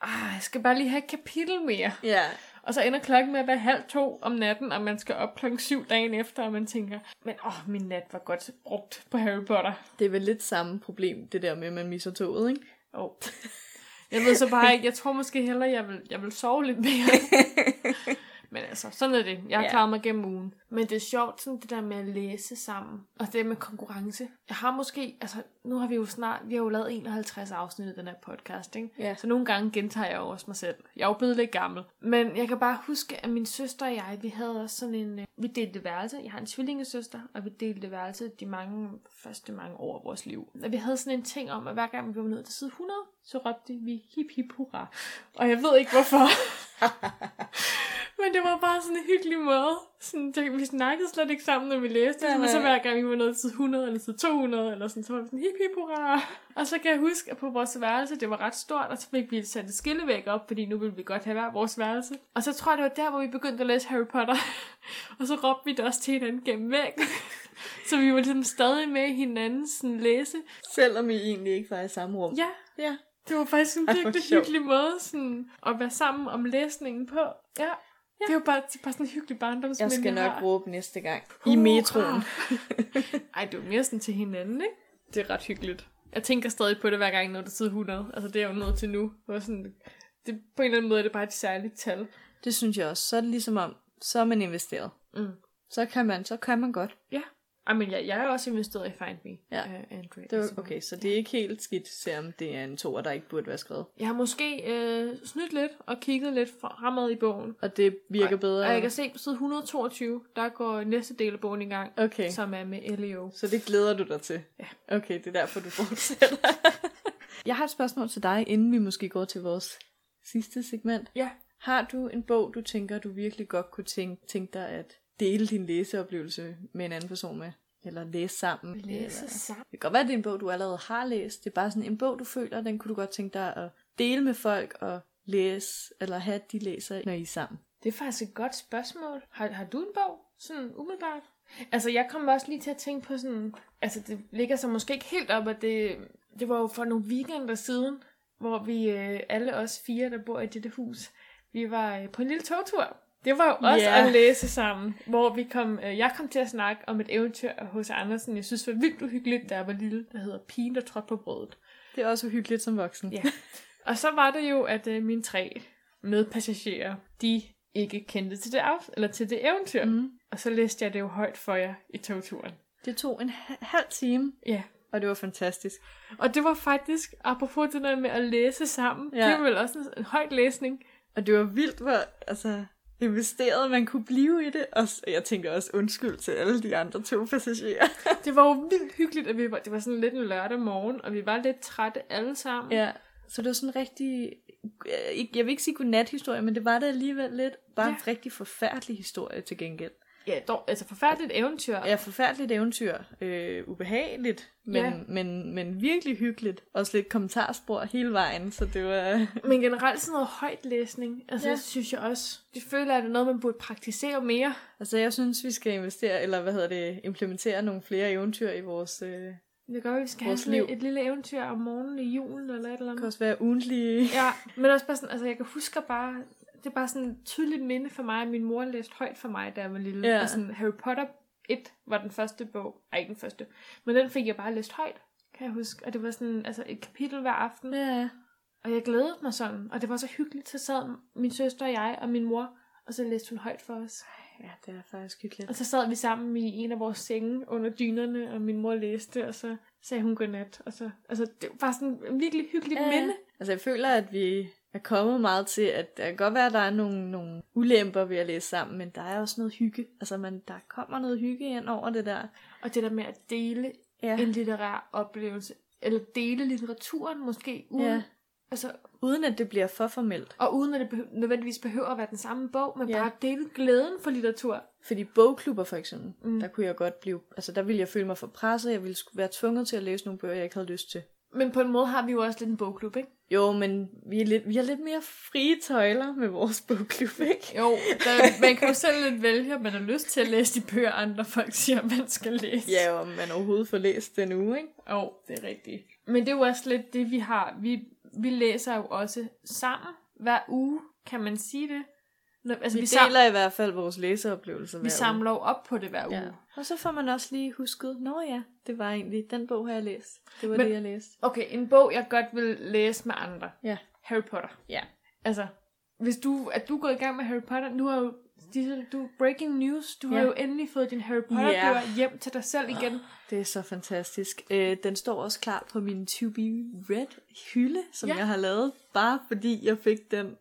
ah, jeg skal bare lige have et kapitel mere. Ja, Og så ender klokken med at være halv to om natten, og man skal op klokken syv dagen efter, og man tænker, men åh, oh, min nat var godt brugt på Harry Potter. det er vel lidt samme problem, det der med, at man misser toget, ikke? Oh. Jeg ved så bare ikke, jeg tror måske hellere, jeg vil, jeg vil sove lidt mere. Men altså, sådan er det. Jeg har Ja. yeah. klaret mig gennem ugen. Men det er sjovt, sådan det der med at læse sammen, og det med konkurrence. Jeg har måske, altså nu har vi jo snart, vi har jo lavet 51 afsnit af den her podcast, ikke? Ja. Så nogle gange gentager jeg jo også mig selv. Jeg er jo blevet lidt gammel. Men jeg kan bare huske, at min søster og jeg, vi havde også sådan en... øh, Vi delte værelse. Jeg har en tvillingesøster, og vi delte værelse de mange, første mange år af vores liv. Og vi havde sådan en ting om, at hver gang vi var nået til side 100, så råbte vi hip hip hurra. Og jeg ved ikke hvorfor. Men det var bare sådan en hyggelig måde. Sådan, det, vi snakkede slet ikke sammen, når vi læste. Nej, Ja, men så nej. hver gang vi var nået til 100 eller til 200, eller sådan, så var vi sådan, hip hip hurra. Og så kan jeg huske, at på vores værelse, det var ret stort, og så fik vi sat et skillevæg op, fordi nu ville vi godt have hver vores værelse. Og så tror jeg, det var der, hvor vi begyndte at læse Harry Potter. og så råbte vi det også til hinanden gennem væggen. så vi var ligesom stadig med i hinandens sådan, læse. Selvom I egentlig ikke var i samme rum. Ja, ja. det var faktisk en Ej, hvor virkelig sjovt. hyggelig måde sådan, at være sammen om læsningen på. Ja. ja. Det var bare, det er bare sådan en hyggelig barndomsminde. Jeg skal nok har. råbe næste gang. I metroen. Ej, det var mere sådan til hinanden, ikke? Det er ret hyggeligt. Jeg tænker stadig på det hver gang, når det sidder 100. Altså, det er jeg jo nået til nu. Hvor sådan, det, på en eller anden måde er det bare et særligt tal. Det synes jeg også. Så er det ligesom om, så er man investeret. Mm. Så kan man, så kan man godt. Ja. Ej, men jeg, jeg er også investeret i Find Me. Ja. Uh, Andrea, Det var, Altså, okay, så det er ikke helt skidt, selvom det er en toer, der ikke burde være skrevet. Jeg har måske øh, snydt lidt og kigget lidt fremad i bogen. Og det virker Og- bedre. Og jeg kan se på side 122, der går næste del af bogen i gang, Okay, okay. som er med E Elio. så det glæder du dig til. Ja. Okay, det er derfor, du fortsætter. jeg har et spørgsmål til dig, inden vi måske går til vores sidste segment. Ja. Har du en bog, du tænker, du virkelig godt kunne tænke, tænke dig at dele din læseoplevelse med en anden person med? Eller læse sammen? eller- sammen. Det kan godt være, det er en bog, du allerede har læst. Det er bare sådan en bog, du føler, den kunne du godt tænke dig at dele med folk og læse, eller have, at de læser, når I er sammen. Det er faktisk et godt spørgsmål. Har, har du en bog? Sådan umiddelbart? Altså, jeg kom også lige til at tænke på sådan... Altså, det ligger så måske ikke helt op, at det... Det var jo for nogle weekender siden, hvor vi øh, alle os fire, der bor i dette hus, vi var øh, på en lille togtur. Det var jo også Ja. yeah. at læse sammen, hvor vi kom, øh, jeg kom til at snakke om et eventyr af H.C. Andersen, jeg synes var vildt uhyggeligt, da jeg var lille, der hedder Pigen, der trådte på brødet. Det er også uhyggeligt som voksen. Ja. Og så var det jo, at øh, mine tre medpassagerer, de ikke kendte til det, af, eller til det eventyr. Mm. Mm. Og så læste jeg det jo højt for jer i togturen. Det tog en ha- halv time, Ja. og det var fantastisk. Og det var faktisk, apropos det der med at læse sammen, Ja. ja. det var vel også en, en højt læsning. Og det var vildt, hvor altså, investeret man kunne blive i det. Og s- jeg tænker også undskyld til alle de andre to passagerer. Det var jo vildt hyggeligt, at vi var, det var sådan lidt en lørdag morgen, og vi var lidt trætte alle sammen. Ja, så det var sådan en rigtig øh, ikke- jeg vil ikke sige godnathistorie, men det var det alligevel lidt. Bare ja. en Ja. rigtig forfærdelig historie til gengæld. Ja, dog, altså forfærdeligt eventyr. Ja, forfærdeligt eventyr. Øh, ubehageligt, men, Ja. ja. men, men virkelig hyggeligt. Også lidt kommentarspor hele vejen, så det var... Men generelt sådan noget højtlæsning, altså Ja. ja. synes jeg også. Det føler, at det er noget, man burde praktisere mere. Altså, jeg synes, vi skal investere, eller hvad hedder det, implementere nogle flere eventyr i vores... Øh, Det gør, at vi skal have Vores sådan et, liv. et lille eventyr om morgenen i julen eller et eller det andet. kan også være ugentlige... Ja, men også bare sådan, altså jeg kan huske bare, det er bare sådan et tydeligt minde for mig, at min mor læste højt for mig, da jeg var lille. Ja. Og sådan Harry Potter 1 var den første bog, ej ikke den første, men den fik jeg bare læst højt, kan jeg huske. Og det var sådan altså et kapitel hver aften, Ja. og jeg glædede mig sådan. Og det var så hyggeligt, så sad min søster og jeg og min mor, og så læste hun højt for os. ja, det er faktisk hyggeligt. Og så sad vi sammen i en af vores senge under dynerne, og min mor læste, og så sagde hun godnat. Og så, altså, det var sådan en virkelig hyggeligt ja. minde. Altså, jeg føler, at vi er kommet meget til, at det kan godt være, at der er nogle, nogle ulemper ved at læse sammen, men der er også noget hygge. Altså, man, der kommer noget hygge ind over det der. Og det der med at dele Ja. en litterær oplevelse, eller dele litteraturen måske, uden, Ja. ja. altså, Uden at det bliver for formelt. og uden at det behø- nødvendigvis behøver at være den samme bog, men Ja. ja. bare dele glæden for litteratur. Fordi bogklubber for eksempel, Mm. mm. der kunne jeg godt blive... Altså, der ville jeg føle mig for presset. Jeg ville sku- være tvunget til at læse nogle bøger, jeg ikke havde lyst til. Men på en måde har vi jo også lidt en bogklub, ikke? Jo, men vi er lidt, vi er lidt mere frie tøjler med vores bogklub, ikke? Jo, der, man kan jo selv lidt vælge, om man har lyst til at læse de bøger, andre folk siger, man skal læse. Ja, og om man overhovedet får læst den uge, ikke? Jo, det er rigtigt. Men det er jo også lidt det, vi har. Vi, vi læser jo også sammen hver uge, kan man sige det. Nå, Altså, vi, Vi, vi sam- deler i hvert fald vores læseoplevelser vi samler jo op på det hver uge. Ja. Uh. Og så får man også lige husket, nå ja, det var egentlig, den bog har jeg læst. Det var Men- det, jeg læste. Okay, en bog, jeg godt vil læse med andre. Ja. Harry Potter. Ja. Altså, hvis du, at du går i gang med Harry Potter, nu har jo Disse, du breaking news, du ja. har Ja. jo endelig fået din Harry Potter Ja. bøger hjem til dig selv igen. Det er så fantastisk. Øh, den står også klar på min To Be Red hylde, som Ja. ja. jeg har lavet, bare fordi jeg fik den.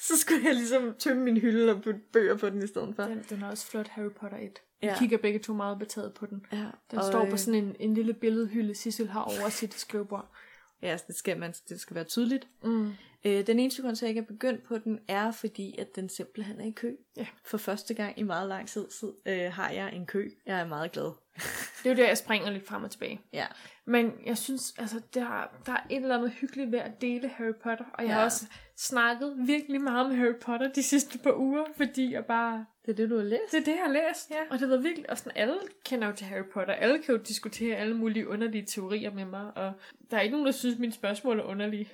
Så skulle jeg ligesom tømme min hylde og putte bøger på den i stedet for. Den, den er også flot Harry Potter 1. Vi Ja. kigger begge to meget betaget på den. Ja, Den og, står på øh, sådan en, en lille billedhylde, Sissel har over sit skrivebord. Ja, altså, det skal, man, det skal være tydeligt. Mm. Øh, den eneste grund til, at jeg ikke er begyndt på den, er fordi, at den simpelthen er i kø. Ja. For første gang i meget lang tid sid- øh, har jeg en kø. Jeg er meget glad. Det er jo der, jeg springer lidt frem og tilbage. Ja. Men jeg synes, altså, der, der er et eller andet hyggeligt ved at dele Harry Potter. Og jeg ja. har Ja. også snakket virkelig meget om Harry Potter de sidste par uger, fordi jeg bare... Det er det, du har læst? Det er det, jeg har læst. Ja. Og det var virkelig... Og sådan, alle kender jo til Harry Potter. Alle kan jo diskutere alle mulige underlige teorier med mig. Og der er ikke nogen, der synes, mine spørgsmål er underlige.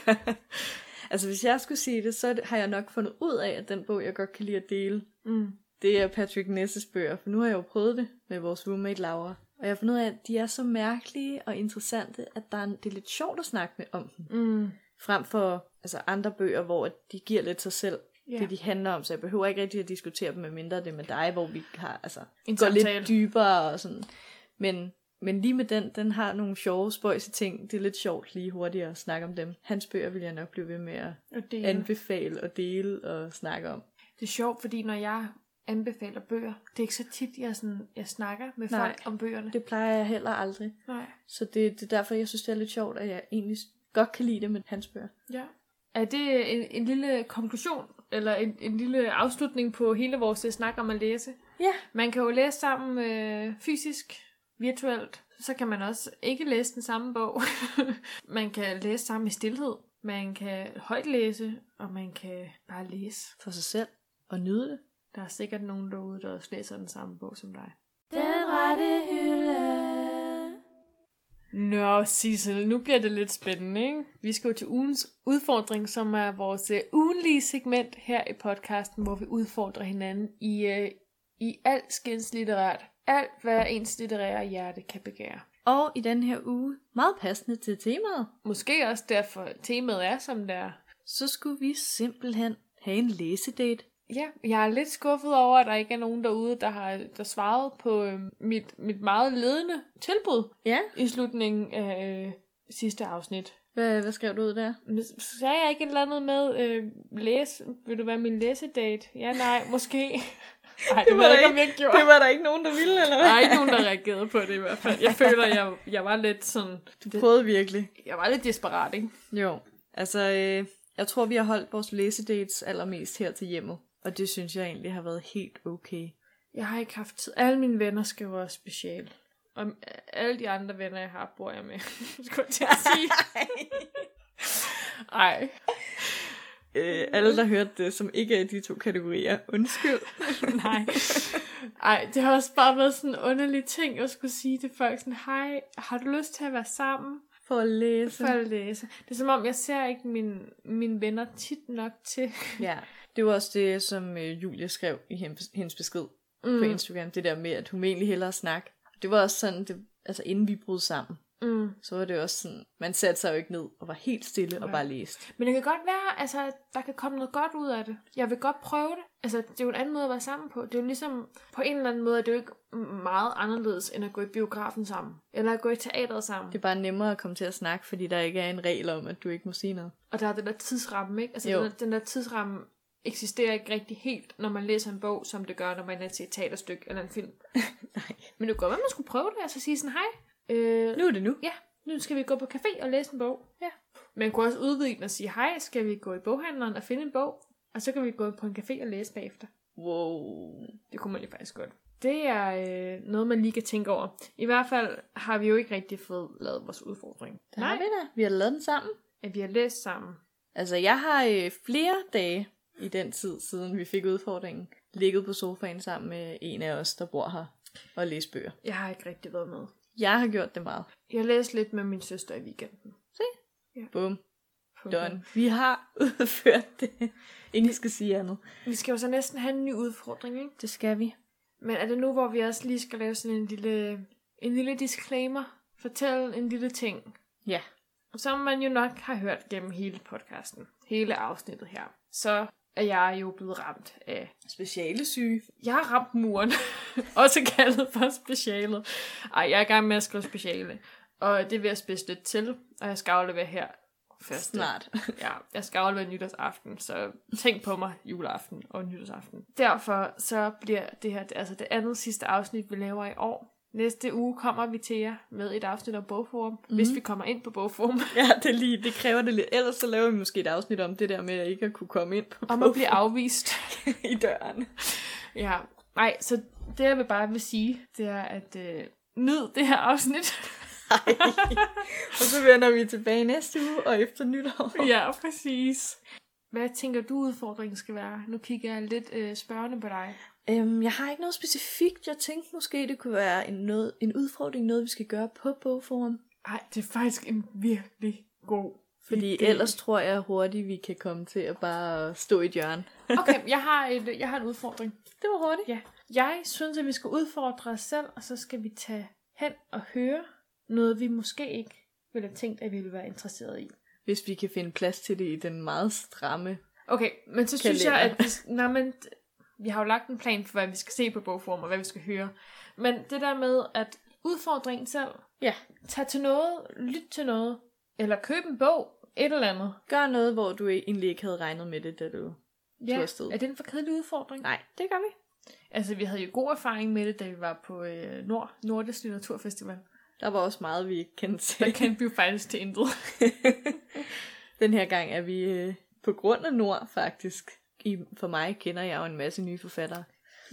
Altså, hvis jeg skulle sige det, så er det- har jeg nok fundet ud af, at den bog, jeg godt kan lide at dele, Mm. det er Patrick Nesses bøger, for nu har jeg jo prøvet det med vores roommate Laura. Og jeg har fundet ud af, at de er så mærkelige og interessante, at der er, en- det er lidt sjovt at snakke med om dem. Mm. Frem for altså andre bøger, hvor de giver lidt sig selv, Ja. yeah. det de handler om, så jeg behøver ikke rigtig at diskutere dem, medmindre det er med dig, hvor vi har, altså, En går samtale. lidt dybere og sådan. Men, men lige med den, den har nogle sjove, spøjse ting. Det er lidt sjovt lige hurtigt at snakke om dem. Hans bøger vil jeg nok blive ved med at Og det, er, anbefale og dele og snakke om. det er sjovt, fordi når jeg anbefaler bøger, det er ikke så tit, jeg, sådan, jeg snakker med Nej. folk om bøgerne. Det plejer jeg heller aldrig. Nej. Så det, det er derfor, jeg synes, det er lidt sjovt, at jeg egentlig godt kan lide det med hans bøger. Ja. Er det en, en lille konklusion, eller en, en lille afslutning på hele vores øh, snak om at læse? Ja. Man kan jo læse sammen øh, fysisk, virtuelt. Så kan man også ikke læse den samme bog. man kan læse sammen i stillhed. Man kan højt læse, og man kan bare læse. For sig selv. Og nyde det. Der er sikkert nogen derude, der også læser den samme bog som dig. Den rette hylde. Nå, Sissel, nu bliver det lidt spændende, ikke? Vi skal jo til ugens udfordring, som er vores øh, ugenlige segment her i podcasten, hvor vi udfordrer hinanden i, øh, i alt skins litterært. Alt, hvad ens litterære hjerte kan begære. Og i den her uge, meget passende til temaet, Måske også derfor temaet er, som det er. så skulle vi simpelthen have en læsedate. Ja, jeg er lidt skuffet over, at der ikke er nogen derude, der har der svaret på øh, mit, mit meget ledende tilbud Ja. i slutningen af øh, sidste afsnit. Hvad, hvad skrev du ud der? Men Sagde jeg ikke et eller andet med, øh, læs, vil du være min læsedate? Ja, nej, måske. Ej, det, det var var der ikke, om jeg ikke gjorde. Det var der ikke nogen, der ville, eller Der hvad? er ikke nogen, der reagerede på det i hvert fald. Jeg føler, jeg, jeg var lidt sådan... Prøvede virkelig. Jeg var lidt desperat, ikke? Jo. Altså, øh, Jeg tror, vi har holdt vores læsedates allermest her til hjemmet, og det synes jeg egentlig har været helt okay. Jeg har ikke haft tid. Alle mine venner skriver special. Og alle de andre venner, jeg har, bor jeg med. Skulle jeg til at sige. Ej. Øh, alle, der hørte det, som ikke er i de to kategorier, undskyld. Nej. Ej, det har også bare været sådan en underlig ting at skulle sige til folk sådan, hej, har du lyst til at være sammen? For at læse. For at læse. Det er som om, jeg ser ikke mine, mine venner tit nok til. Ja, det var også det, som øh, Julie skrev i hendes, hendes besked mm. på Instagram. Det der med, at hun egentlig hellere snakke. Det var også sådan, det, altså inden vi brød sammen, Mm. så var det også sådan, man satte sig jo ikke ned og var helt stille og Nej. bare læste. Men det kan godt være, altså, at der kan komme noget godt ud af det. Jeg vil godt prøve det. Altså, det er jo en anden måde at være sammen på. Det er jo ligesom, på en eller anden måde, er det jo ikke meget anderledes, end at gå i biografen sammen. Eller at gå i teateret sammen. Det er bare nemmere at komme til at snakke, fordi der ikke er en regel om, at du ikke må sige noget. Og der er den der tidsramme, ikke? Altså, Jo. den der, den der tidsramme eksisterer ikke rigtig helt, når man læser en bog, som det gør, når man er til et teaterstykke eller en film. Nej. Men det kunne godt være, man skulle prøve det, altså sige sådan, hej, øh, Nu er det nu. ja, nu skal vi gå på café og læse en bog. Ja. Man kunne også udvide den og sige, hej, skal vi gå i boghandleren og finde en bog? Og så kan vi gå på en café og læse bagefter. Wow. Det kunne man jo faktisk godt. Det er øh, noget, man lige kan tænke over. I hvert fald har vi jo ikke rigtig fået lavet vores udfordring. Det har vi da. Vi har lavet den sammen. At vi har læst sammen. Altså, jeg har øh, flere dage i den tid, siden vi fik udfordringen, ligget på sofaen sammen med en af os, der bor her og læst bøger. Jeg har ikke rigtig været med. Jeg har gjort det meget. Jeg læste lidt med min søster i weekenden. Bum. Done. Vi har udført det. Ingen skal sige andet. Vi skal jo så næsten have en ny udfordring, ikke? Det skal vi. Men er det nu, hvor vi også lige skal lave sådan en lille, en lille disclaimer? Fortælle en lille ting, Ja. som man jo nok har hørt gennem hele podcasten. Hele afsnittet her. Så er jeg jo blevet ramt af Speciale syge. Jeg har ramt muren. Også kaldet for specialet. Ej, jeg er i gang med at skrive speciale. Og det vil jeg spidse lidt til. Og jeg skal aflevere her først. Snart. Ja, jeg skal aflevere nytårsaften. Så tænk på mig juleaften og nytårsaften. Derfor så bliver det her altså det andet sidste afsnit, vi laver i år. Næste uge kommer vi til jer med et afsnit om bogforum. Mm. Hvis vi kommer ind på bogforum. Ja, det, er lige, det kræver det lidt. Ellers så laver vi måske et afsnit om det der med, at ikke at kunne komme ind på Om at blive afvist. i døren. Ja, nej, så det jeg vil bare vil sige, det er at øh, nyd det her afsnit. Og så vender vi tilbage næste uge og efter nytår. ja, præcis. Hvad tænker du udfordringen skal være? Nu kigger jeg lidt øh, spørgende på dig. Øhm, jeg har ikke noget specifikt. Jeg tænkte måske, det kunne være en, noget, en udfordring, noget vi skal gøre på bogforum. Nej, det er faktisk en virkelig god Fordi idé. ellers tror jeg hurtigt, vi kan komme til at bare stå i et hjørne. Okay, jeg har, et, jeg har en udfordring. Det var hurtigt. Ja. Jeg synes, at vi skal udfordre os selv, og så skal vi tage hen og høre noget, vi måske ikke ville have tænkt, at vi ville være interesseret i. Hvis vi kan finde plads til det i den meget stramme. Okay, men så synes jeg, Kalender. at vi, nej, men, vi har jo lagt en plan for, hvad vi skal se på bogform, og hvad vi skal høre. Men det der med at udfordre en selv, Ja. tag til noget, lyt til noget, eller køb en bog, et eller andet. Gør noget, hvor du egentlig ikke havde regnet med det, da du... Tog afsted. er det en for kedelig udfordring? Nej, det gør vi. Altså, vi havde jo god erfaring med det, da vi var på øh, Nord, Nordisk Litteraturfestival. Der var også meget, vi ikke kendte til. Der kendte vi jo faktisk til intet. Den her gang er vi øh, på grund af Nord, faktisk. I, for mig kender jeg jo en masse nye forfattere,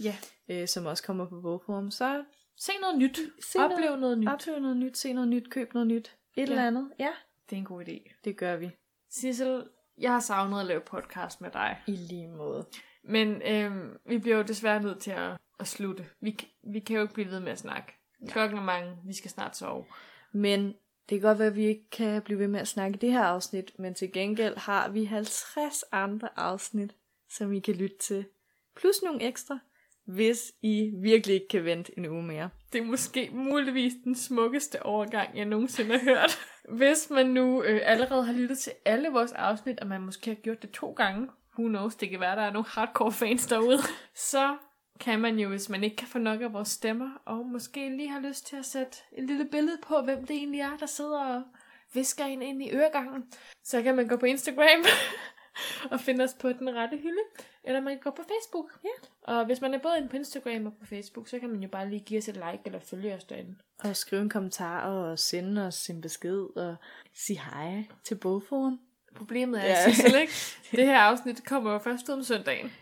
ja. øh, som også kommer på bogforum. Så Se noget nyt. Se Oplev noget, nyt. oplev noget nyt, se noget nyt, køb noget nyt. Et ja. eller andet. Ja, Det er en god idé. det gør vi. Sissel, jeg har savnet at lave podcast med dig. I lige måde. Men øh, vi bliver jo desværre nødt til at, at slutte. Vi, k- vi kan jo ikke blive ved med at snakke. Klokken er mange, vi skal snart sove. Men det kan godt være, at vi ikke kan blive ved med at snakke i det her afsnit, men til gengæld har vi 50 andre afsnit, som I kan lytte til. Plus nogle ekstra, hvis I virkelig ikke kan vente en uge mere. Det er måske muligvis den smukkeste overgang, jeg nogensinde har hørt. Hvis man nu øh, allerede har lyttet til alle vores afsnit, og man måske har gjort det to gange, who knows, det kan være, der er nogle hardcore fans derude, så kan man jo, hvis man ikke kan få nok af vores stemmer, og måske lige har lyst til at sætte et lille billede på, hvem det egentlig er, der sidder og visker en ind i øregangen, så kan man gå på Instagram og finde os på den rette hylde, eller man kan gå på Facebook. Ja. Og hvis man er både inde på Instagram og på Facebook, så kan man jo bare lige give os et like eller følge os derinde. Og skrive en kommentar og sende os en besked og sige hej til bogforum. Problemet er, Ja. yeah. Sissel, ikke? Det her afsnit kommer jo først ud om søndagen.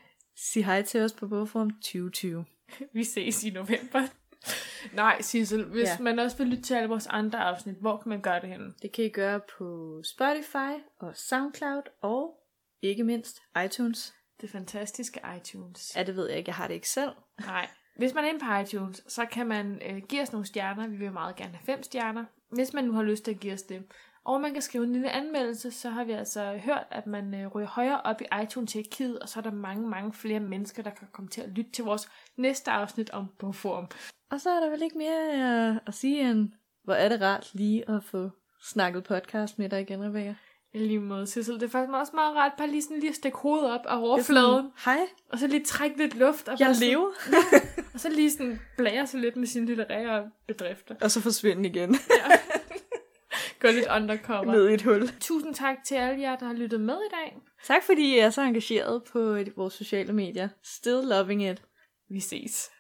Sig hej til os på Bogforum 2020. Vi ses i november. Nej, Sissel, hvis Ja. yeah. man også vil lytte til alle vores andre afsnit, hvor kan man gøre det henne? Det kan I gøre på Spotify og Soundcloud og ikke mindst iTunes. Det fantastiske iTunes. Ja, det ved jeg ikke. Jeg har det ikke selv. Nej. Hvis man er inde på iTunes, så kan man øh, give os nogle stjerner. Vi vil meget gerne have fem stjerner, hvis man nu har lyst til at give os det. Og man kan skrive en lille anmeldelse, så har vi altså hørt, at man øh, ryger højere op i iTunes-hierarkiet, og så er der mange, mange flere mennesker, der kan komme til at lytte til vores næste afsnit om Bogforum. Og så er der vel ikke mere øh, at sige end, hvor er det rart lige at få snakket podcast med dig igen, Rebecca. I lige måde, Sissel. Det er faktisk også meget rart, bare lige sådan lige at stikke hovedet op af Det er sådan, overfladen, Hej, og så lige trække lidt luft, og, jeg bare sådan- lever. og så lige sådan blære sig lidt med sine litterære bedrifter. Og så forsvinde igen Gå lidt undercover. ned i et hul. Tusind tak til alle jer, der har lyttet med i dag. Tak fordi I er så engageret på øh, vores sociale medier. Still loving it. Vi ses.